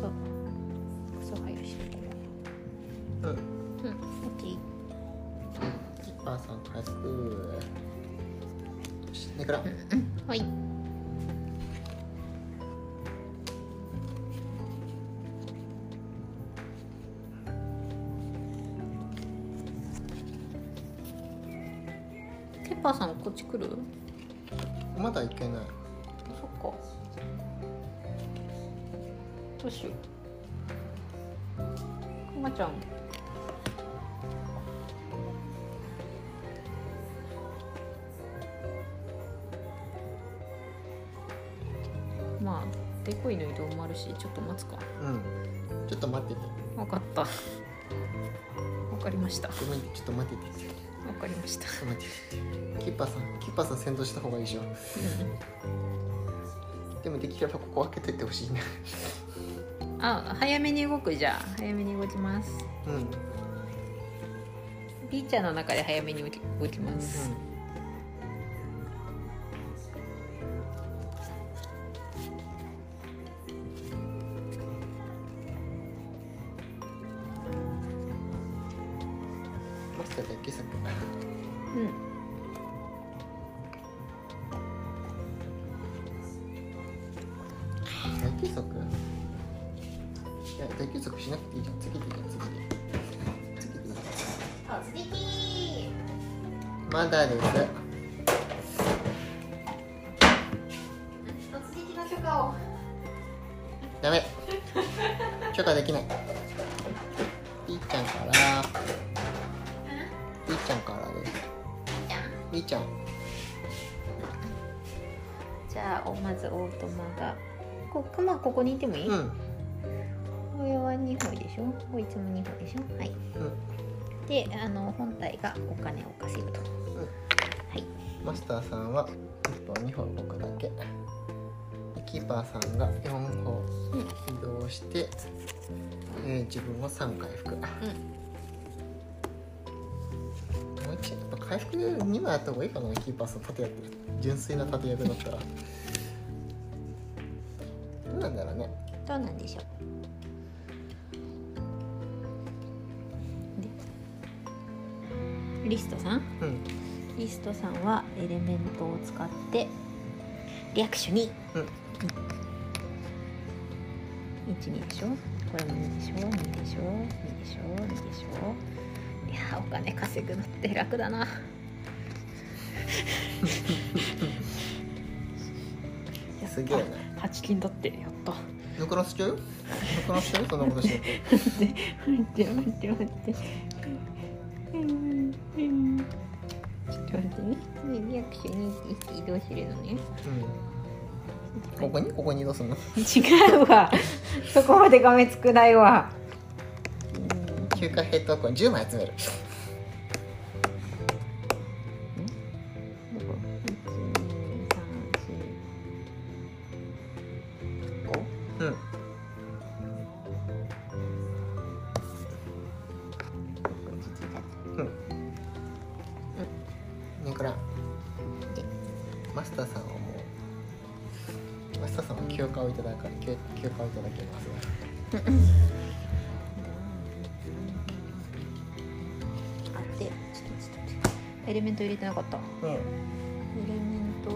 [SPEAKER 1] そうそう配慮してこ
[SPEAKER 2] うん。
[SPEAKER 1] ううんオッケー
[SPEAKER 2] お母さん回復よしだから
[SPEAKER 1] はい。ペッパーさんこっち来る？
[SPEAKER 2] まだ行けない
[SPEAKER 1] そっか。どうしよう。くまちゃん。まあ、でこいの移動もあるし、ちょっと待つか。
[SPEAKER 2] うんちょっと待ってて
[SPEAKER 1] わかった。わかりました。わ
[SPEAKER 2] ごめんちょっと待っててちょ
[SPEAKER 1] かりま した。
[SPEAKER 2] っと待っててキッパーさんキッパーさん先導した方がいいでしょでもできればここ開けてってほしいな
[SPEAKER 1] うん、あ、早めに動くじゃあ、早めに動きます。
[SPEAKER 2] うん、うん、
[SPEAKER 1] ピーちゃんの中で早めに動き動きます。
[SPEAKER 2] マスターだっけさっき
[SPEAKER 1] うん。
[SPEAKER 2] 大休息いや大休息しなくていいじゃん次でいいじゃん次でいい次でいいじゃんまだですダメ許可できないりーちゃん
[SPEAKER 1] じゃあおまず大友がこう熊ここにいてもいい、
[SPEAKER 2] うん
[SPEAKER 1] これは2歩でしょこいつも2歩でしょはい、であの本体がお金を稼ぐと、はい
[SPEAKER 2] マスターさんは1歩2歩置くだけでキーパーさんが4歩移動して、えー自分も3回復、もう一やっぱ回復2枚やった方がいいかなキーパーさん盾やってる純粋な盾役だったらどうなんだろうね
[SPEAKER 1] どうなんでしょうでリストさん
[SPEAKER 2] うん
[SPEAKER 1] リストさんはエレメントを使ってリアクションに、
[SPEAKER 2] うん
[SPEAKER 1] 一二でしょこれも2でしょ2でしょ2でしょ2でしょいやーお金稼ぐのって楽だなやった
[SPEAKER 2] すげえな
[SPEAKER 1] 8金だってやった
[SPEAKER 2] 抜くなしちゃうよ抜くなしちゃうよそんなことしてて
[SPEAKER 1] 待って待って待って待ってうんうんちょっと待ってねリアクションに移動してるのね
[SPEAKER 2] うんここにここに移動すんの
[SPEAKER 1] 違うわそこまでがめつくないわうん
[SPEAKER 2] 9回ヘッドワークン10枚集める
[SPEAKER 1] どこ1 2 3 4 5
[SPEAKER 2] うんねこらマスターさんはもうマスターさんは休暇をいただく休休暇をいただけます
[SPEAKER 1] あってちょっとちょっと待ってエレメント入れてなかった
[SPEAKER 2] うん
[SPEAKER 1] エレメント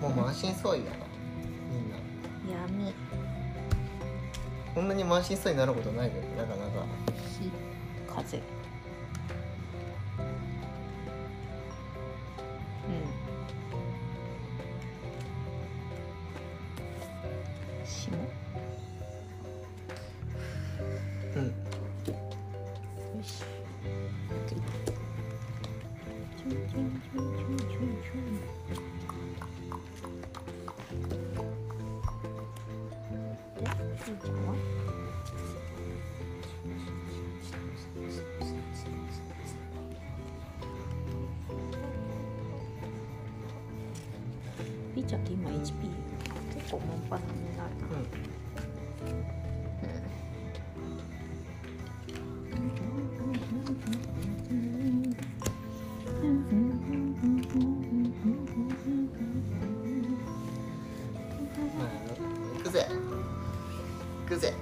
[SPEAKER 2] もう満身創痍だなみんな
[SPEAKER 1] 闇
[SPEAKER 2] こんなに満身創痍になることないけどなかなか
[SPEAKER 1] 火風うん霜よ
[SPEAKER 2] うん
[SPEAKER 1] しちょいちょいちょいちょいちょいちょいちょいでゆうちゃんはピーちゃんって今 HP 結構満帆になるな
[SPEAKER 2] うんまあ行くぜ行くぜ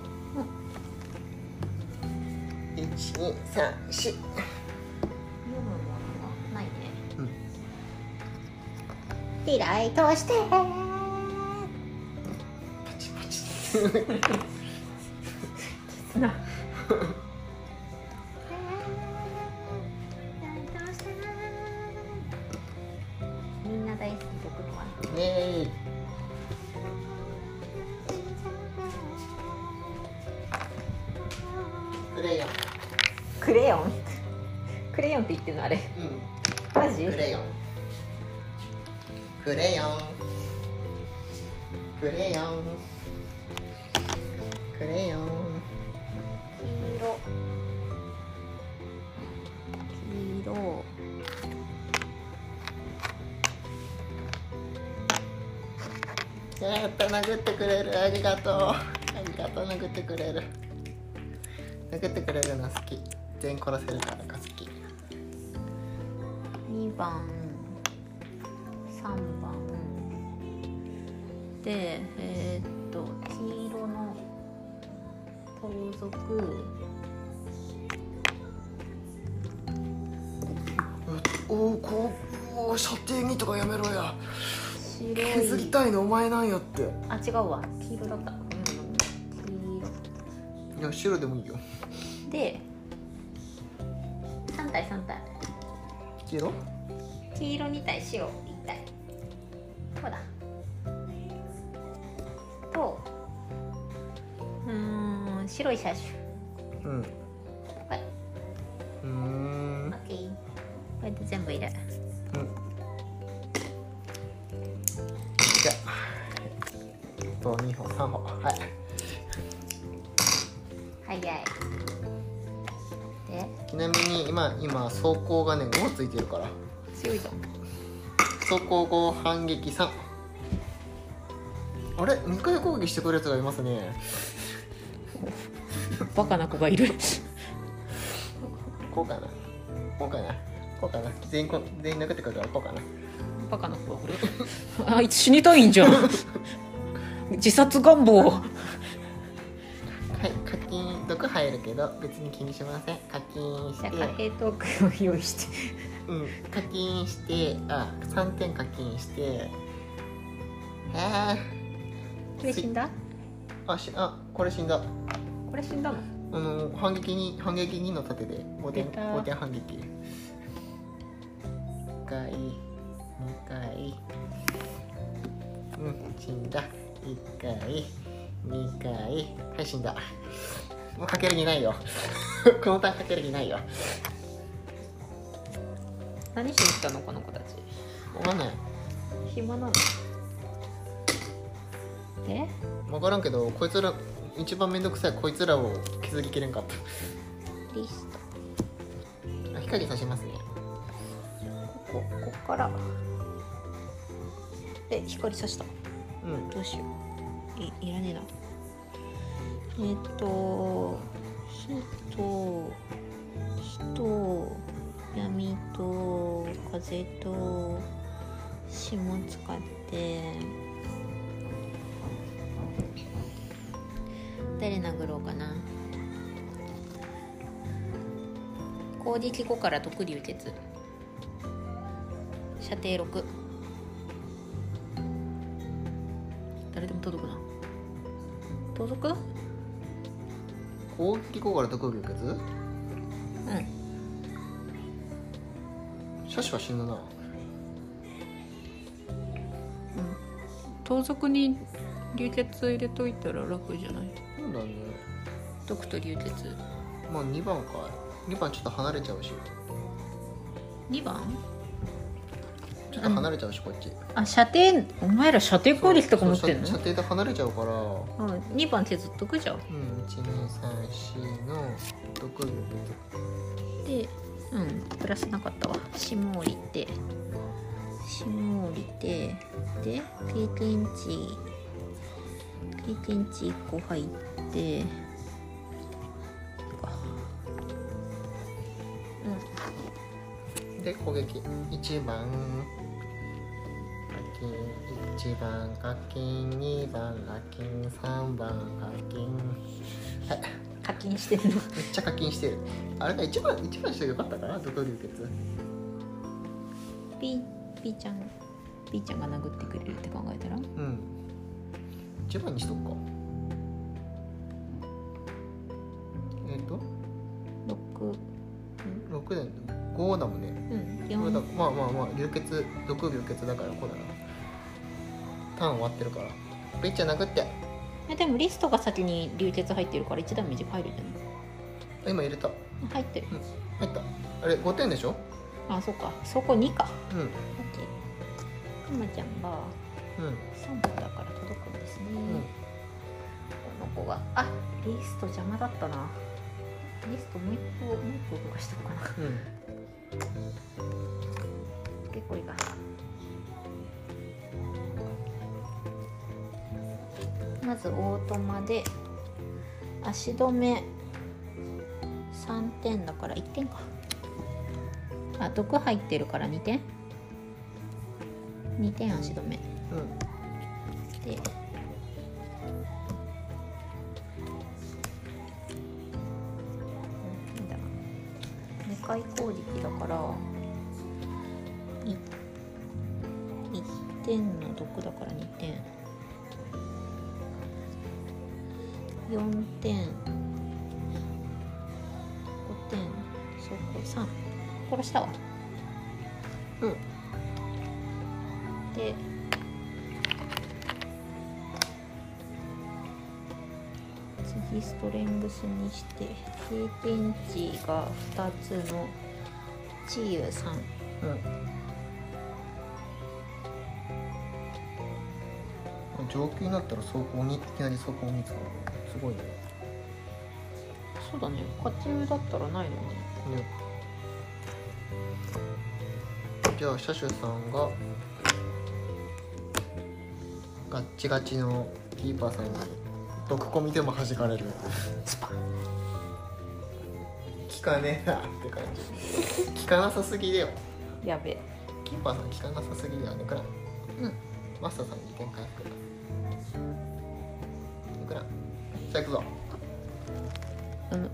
[SPEAKER 2] 1234
[SPEAKER 1] 読むものがないね。
[SPEAKER 2] うん
[SPEAKER 1] リライトして。
[SPEAKER 2] パチパチ
[SPEAKER 1] な。みんな大好き僕のは。
[SPEAKER 2] ねえクレヨン
[SPEAKER 1] クレヨン。クレヨンって言ってるのあれ。
[SPEAKER 2] うん
[SPEAKER 1] マジ？
[SPEAKER 2] クレヨンクレヨンクレヨンクレヨン
[SPEAKER 1] 黄色黄色
[SPEAKER 2] やった殴ってくれるありがとうありがとう殴ってくれる殴ってくれるの好き全員殺せるからが好き
[SPEAKER 1] 2番3番でえーっと黄色の盗賊
[SPEAKER 2] おおこう射程にとかやめろや
[SPEAKER 1] 白い
[SPEAKER 2] たいのお前なんやってい
[SPEAKER 1] あ違うわ黄色だったごめんごめん黄色
[SPEAKER 2] や白でもいいよ
[SPEAKER 1] で体3体
[SPEAKER 2] 黄色
[SPEAKER 1] 黄色2体白1体こうだとうーん白い車種
[SPEAKER 2] うんう
[SPEAKER 1] これ
[SPEAKER 2] ーん
[SPEAKER 1] OK これで全部入れ
[SPEAKER 2] じゃあえっと2歩3歩はい
[SPEAKER 1] 早いで
[SPEAKER 2] ちなみに今今走行がね5ついてるから
[SPEAKER 1] 強いぞ
[SPEAKER 2] 走行後反撃3あれ2回攻撃してくるやつがいますね
[SPEAKER 1] バカな子がいる
[SPEAKER 2] こうかなこうかなこうかな全員こ全員殴ってくるからこうかな
[SPEAKER 1] バカな子がおるあいつ死にたいんじゃん 自殺願望
[SPEAKER 2] はい課金毒入るけど別に気にしません課金し
[SPEAKER 1] じゃ
[SPEAKER 2] て
[SPEAKER 1] あ貨幣トークンを用意して
[SPEAKER 2] うん課金してあ3点課金してえ
[SPEAKER 1] これ死んだ
[SPEAKER 2] ー、あしあこれ死んだ
[SPEAKER 1] これ死んだの
[SPEAKER 2] あの反撃に反撃2の盾で5点
[SPEAKER 1] 出た
[SPEAKER 2] 5点反撃1回2回うん死んだ1回2回はい死んだもうかける気ないよ このターンかける気ないよ
[SPEAKER 1] 何しに来たのこの子たち
[SPEAKER 2] わかんない
[SPEAKER 1] 暇なので
[SPEAKER 2] わからんけどこいつら一番めんどくさいこいつらを削りきれんかっ
[SPEAKER 1] リスト
[SPEAKER 2] たあ光さしますね
[SPEAKER 1] ここここからえ光さした
[SPEAKER 2] うん
[SPEAKER 1] どうしよういいらねえなえーっ、と火と火と闇と風と霜使って誰殴ろうかな攻撃後から毒流血射程6誰でも届くな届く
[SPEAKER 2] 攻撃後から毒を受けず
[SPEAKER 1] うん
[SPEAKER 2] シャシは死ぬな
[SPEAKER 1] 盗賊に流血入れといたら楽じゃない
[SPEAKER 2] なんだね
[SPEAKER 1] 毒と流血
[SPEAKER 2] まあ2番か2番ちょっと離れちゃうし
[SPEAKER 1] 2番
[SPEAKER 2] ちょっと離れちゃうし、こっち。
[SPEAKER 1] あ射程お前ら射程攻撃とか持ってん
[SPEAKER 2] そう
[SPEAKER 1] の
[SPEAKER 2] 射射程で離れちゃうから。うん、
[SPEAKER 1] うん2番削っとくじゃん
[SPEAKER 2] 1、2、3、4の毒力
[SPEAKER 1] でうんプラスなかったわ霜降りて霜降りてで経験値経験値1個入ってあ
[SPEAKER 2] で攻撃。1番。課金1番課金2番課金3番課金はい
[SPEAKER 1] うん課金して るの
[SPEAKER 2] めっちゃ課金してるあれか1番一番してよかったかな毒流血
[SPEAKER 1] B, B ちゃん B ちゃんが殴ってくれるって考えたら
[SPEAKER 2] うん1番にしとくかえっ、と
[SPEAKER 1] 6
[SPEAKER 2] 6年5だもんね
[SPEAKER 1] うん
[SPEAKER 2] これだ
[SPEAKER 1] 4
[SPEAKER 2] まあまあまあ流血毒流血だからこうだなターン終わってるからベッチャ殴って
[SPEAKER 1] えでもリストが先に流血入ってるから1ダメージ入るじゃ
[SPEAKER 2] 今入れた入
[SPEAKER 1] ない入ってる
[SPEAKER 2] ったあれ5点でしょ
[SPEAKER 1] あそっかそこ2か
[SPEAKER 2] うんうん
[SPEAKER 1] 待ってくまちゃんが3歩だから届くんですね、
[SPEAKER 2] うん
[SPEAKER 1] この子があリスト邪魔だったなリストもう一個もう一個動かしておこうかな
[SPEAKER 2] うん
[SPEAKER 1] 結構いいかまずオートマで足止め3点だから1点かあ毒入ってるから2点2点足止め
[SPEAKER 2] うん
[SPEAKER 1] でうんなんだ2回攻撃だからい1点の毒だから2点4点5点そこ3殺したわ
[SPEAKER 2] うん
[SPEAKER 1] で次ストレングスにして経験値が2つのチーユ3
[SPEAKER 2] うん上級になったら走行にいきなり走行に使うすごいね
[SPEAKER 1] そうだね勝ち目だったらないのね
[SPEAKER 2] ねじゃあ車種さんがガッチガチのキーパーさんに毒コミでも弾かれる
[SPEAKER 1] スパ
[SPEAKER 2] 効かねえなって感じ効かなさすぎだよ
[SPEAKER 1] やべえ
[SPEAKER 2] キーパーさん効かなさすぎだよねくら
[SPEAKER 1] うん
[SPEAKER 2] マスターさんに点回復いくらじゃあ行くぞ
[SPEAKER 1] うむ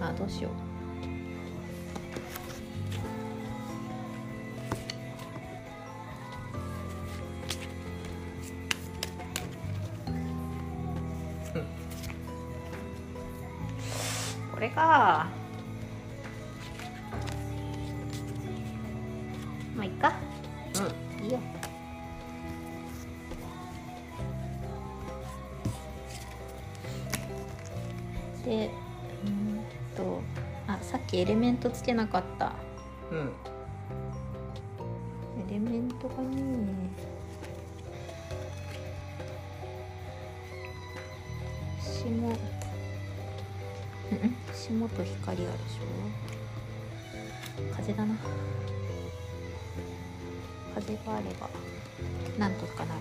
[SPEAKER 1] あどうしようこれかまあいっかいいよでうーんとあさっきエレメントつけなかった
[SPEAKER 2] うんうん
[SPEAKER 1] エレメントがね霜うん霜と光あるでしょ風だな風があればなんとかなる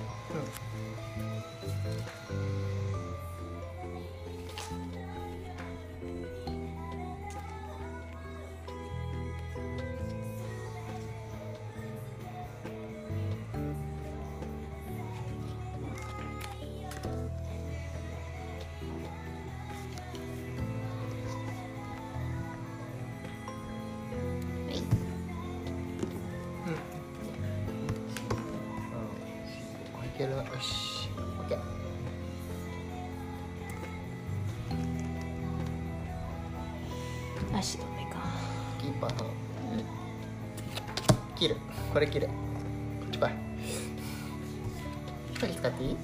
[SPEAKER 1] はい
[SPEAKER 2] うんいけるなよしオッケー
[SPEAKER 1] 足止めか
[SPEAKER 2] キーパーさん切るこれ切るこっち来いこれ使っていい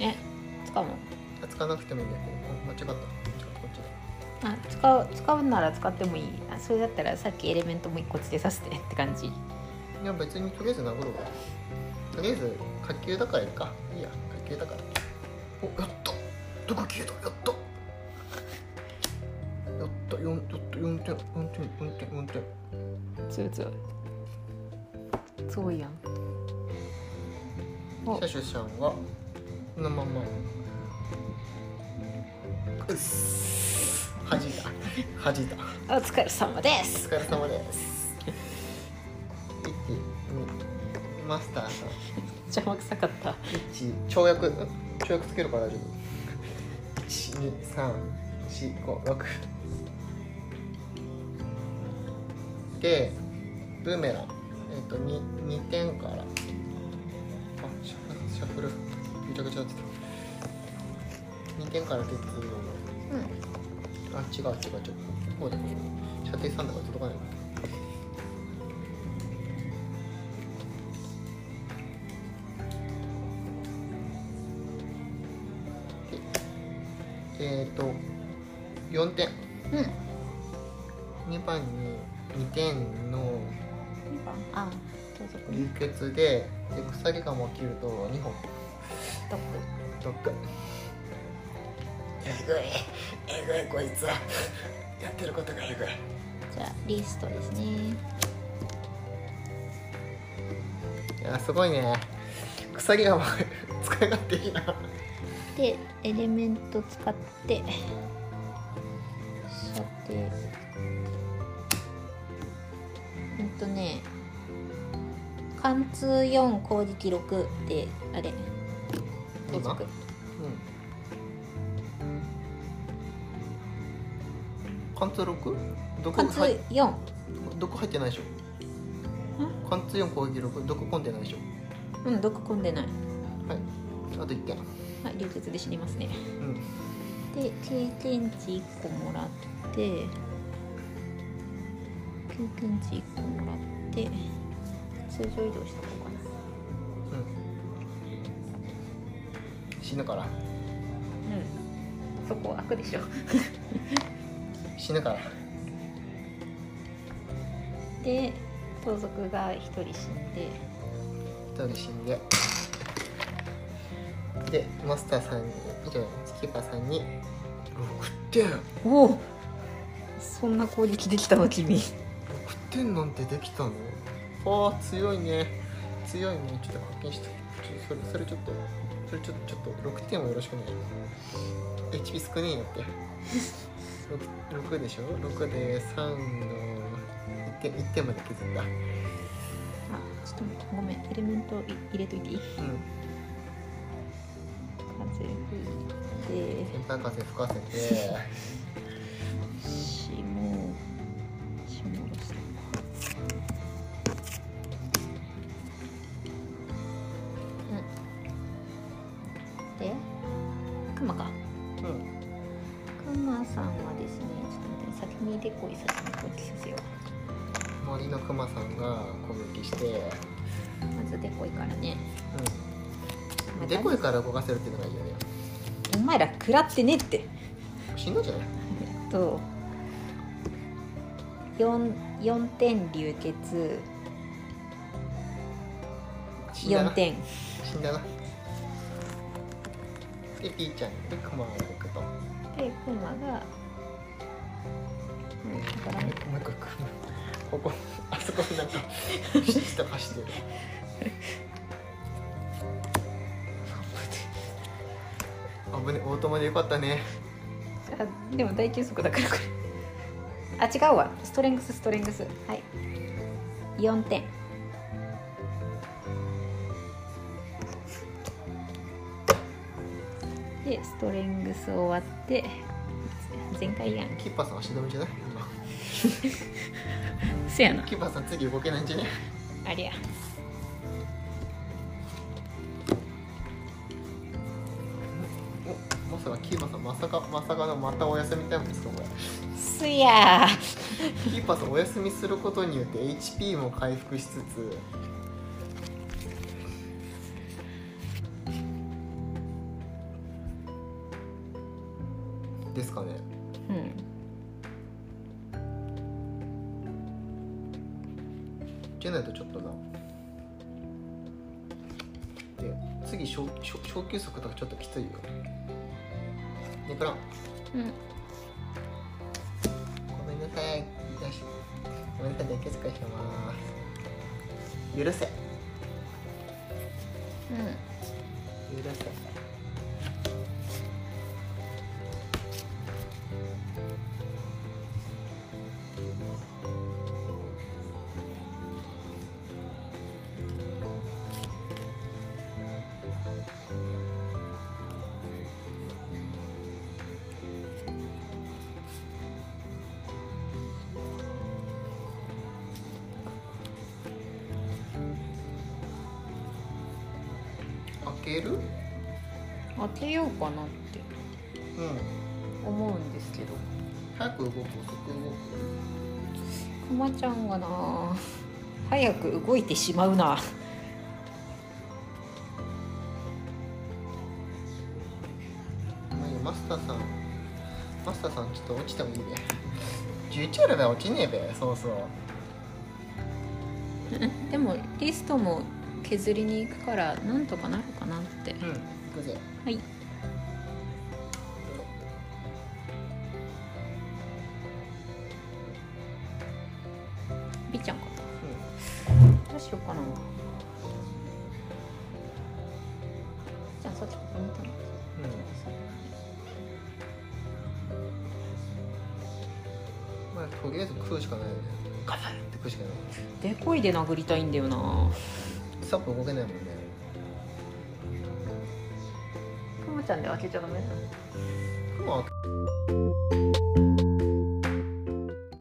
[SPEAKER 1] え使うの
[SPEAKER 2] あ使わなくてもいいんだよお間違った間違ったこっちだ
[SPEAKER 1] あ使う使うなら使ってもいいあそれだったらさっきエレメントも一個つけさせてって感じ
[SPEAKER 2] いや別にとりあえず殴ろうかとりあえず火球だからいいかいいや火球だからおやったどこ消えたやったやった4やった4点4点4点4点
[SPEAKER 1] つるつるすごいやんお
[SPEAKER 2] 車種さんはこのままうっす恥じた恥じた
[SPEAKER 1] お疲れ様で
[SPEAKER 2] お
[SPEAKER 1] す
[SPEAKER 2] 疲れ様 です。一マスターさん、
[SPEAKER 1] 邪魔くさかった
[SPEAKER 2] 一跳躍、ん跳躍つけるから大丈夫。一二三四五六。で、ブーメラン、えっ、と二二点から。あ、シャッフルシャッフル、ぐちゃぐちゃだってた。二点から出てくるの。あ、違う違う違う。こうだこうだ。射程三だから届かない。えっ、ー、と4点
[SPEAKER 1] うんうん
[SPEAKER 2] 2番に2点の
[SPEAKER 1] あどうぞ
[SPEAKER 2] 流血でで鎖がも切ると2本
[SPEAKER 1] ドッグ
[SPEAKER 2] ロックえぐいえぐいこいつはやってることがえぐい
[SPEAKER 1] じゃあリストですね
[SPEAKER 2] いやすごいね鎖がも使い勝手いいな
[SPEAKER 1] でエレメント使って射程うんとね貫通4攻撃6であれ
[SPEAKER 2] 今
[SPEAKER 1] 盗賊
[SPEAKER 2] うん貫通 6? 毒
[SPEAKER 1] 貫
[SPEAKER 2] 入っ
[SPEAKER 1] 通4
[SPEAKER 2] 毒入ってないでしょ貫通4攻撃6毒込んでないでしょ
[SPEAKER 1] うん毒込んでない
[SPEAKER 2] はいあと1点
[SPEAKER 1] はい流血で死にますね
[SPEAKER 2] うん
[SPEAKER 1] で経験値1個もらって経験値1個もらって通常移動した方がいい
[SPEAKER 2] うん死ぬから
[SPEAKER 1] そこ開くでしょ
[SPEAKER 2] 死ぬから
[SPEAKER 1] で盗賊が1人死んで
[SPEAKER 2] 一人死んででマスターさんにいやスキッパーさんに「送って送
[SPEAKER 1] おおそんな攻撃できたの君
[SPEAKER 2] ってんなんてできたの?」あー強いね強いねちょっと課金してそれそれちょっとそれちょっとちょっと6点もよろしくね HP 少ねえよって 6, 6でしょ6で3の1点 ,1 点まで削った
[SPEAKER 1] あちょっと待ってごめんエレメントい入れといていい
[SPEAKER 2] うん
[SPEAKER 1] 風吹いて
[SPEAKER 2] 先端風吹かせて
[SPEAKER 1] 霜を霜下ろしたうんでクマか
[SPEAKER 2] うん
[SPEAKER 1] クマさんはですねちょっと待って先にデコイ先に攻撃させよう
[SPEAKER 2] 森のクマさんが攻撃して
[SPEAKER 1] まずデコイからね
[SPEAKER 2] うん、でこいから動かせるっていうのがいいよね
[SPEAKER 1] お前ら食らってねって
[SPEAKER 2] 死んだんじゃない
[SPEAKER 1] えっと 4, 4点流血
[SPEAKER 2] 死んだな
[SPEAKER 1] 4点
[SPEAKER 2] 死んだなでピーちゃんでクマが行くとも
[SPEAKER 1] でクマがうんだから
[SPEAKER 2] う一個行くここあそこになんか下走ってる危ねオートマでよかったね
[SPEAKER 1] あでも大急速だからこれあ違うわストレングスストレングスはい4点でストレングス終わって全開やん
[SPEAKER 2] キッパーさん足止めじゃない
[SPEAKER 1] せやな
[SPEAKER 2] キッパーさん次動けないんじゃね
[SPEAKER 1] ありゃ
[SPEAKER 2] おまさかキーパーさんまさかまさかのまたお休みタイムですかこれ
[SPEAKER 1] すやー
[SPEAKER 2] キーパーさんお休みすることによって HP も回復しつつですかね
[SPEAKER 1] うん
[SPEAKER 2] じゃないとちょっとなで次小小小休息とかちょっときついよだから
[SPEAKER 1] うん
[SPEAKER 2] ごめんなさいよしごめんなさい大休息してます許せ許せ開けるうん
[SPEAKER 1] 当てようかなって思うんですけど
[SPEAKER 2] 早く動く遅く動く
[SPEAKER 1] くまちゃんがな早く動いてしまうな
[SPEAKER 2] まあいいよマスターさんマスターさんちょっと落ちてもい いべ11あれば落ちねえべそうそう
[SPEAKER 1] でもリストも削りに行くからなんとかなるかなって
[SPEAKER 2] うん行くぜ
[SPEAKER 1] はいビちゃんかなどうしようかなじゃあさっきここにいたの
[SPEAKER 2] うんうんまあとりあえず食うしかないよねガバッて食うしかない
[SPEAKER 1] でこいで殴りたいんだよな
[SPEAKER 2] サップ動けないもんね
[SPEAKER 1] くまちゃんで開けちゃダメだ
[SPEAKER 2] クマは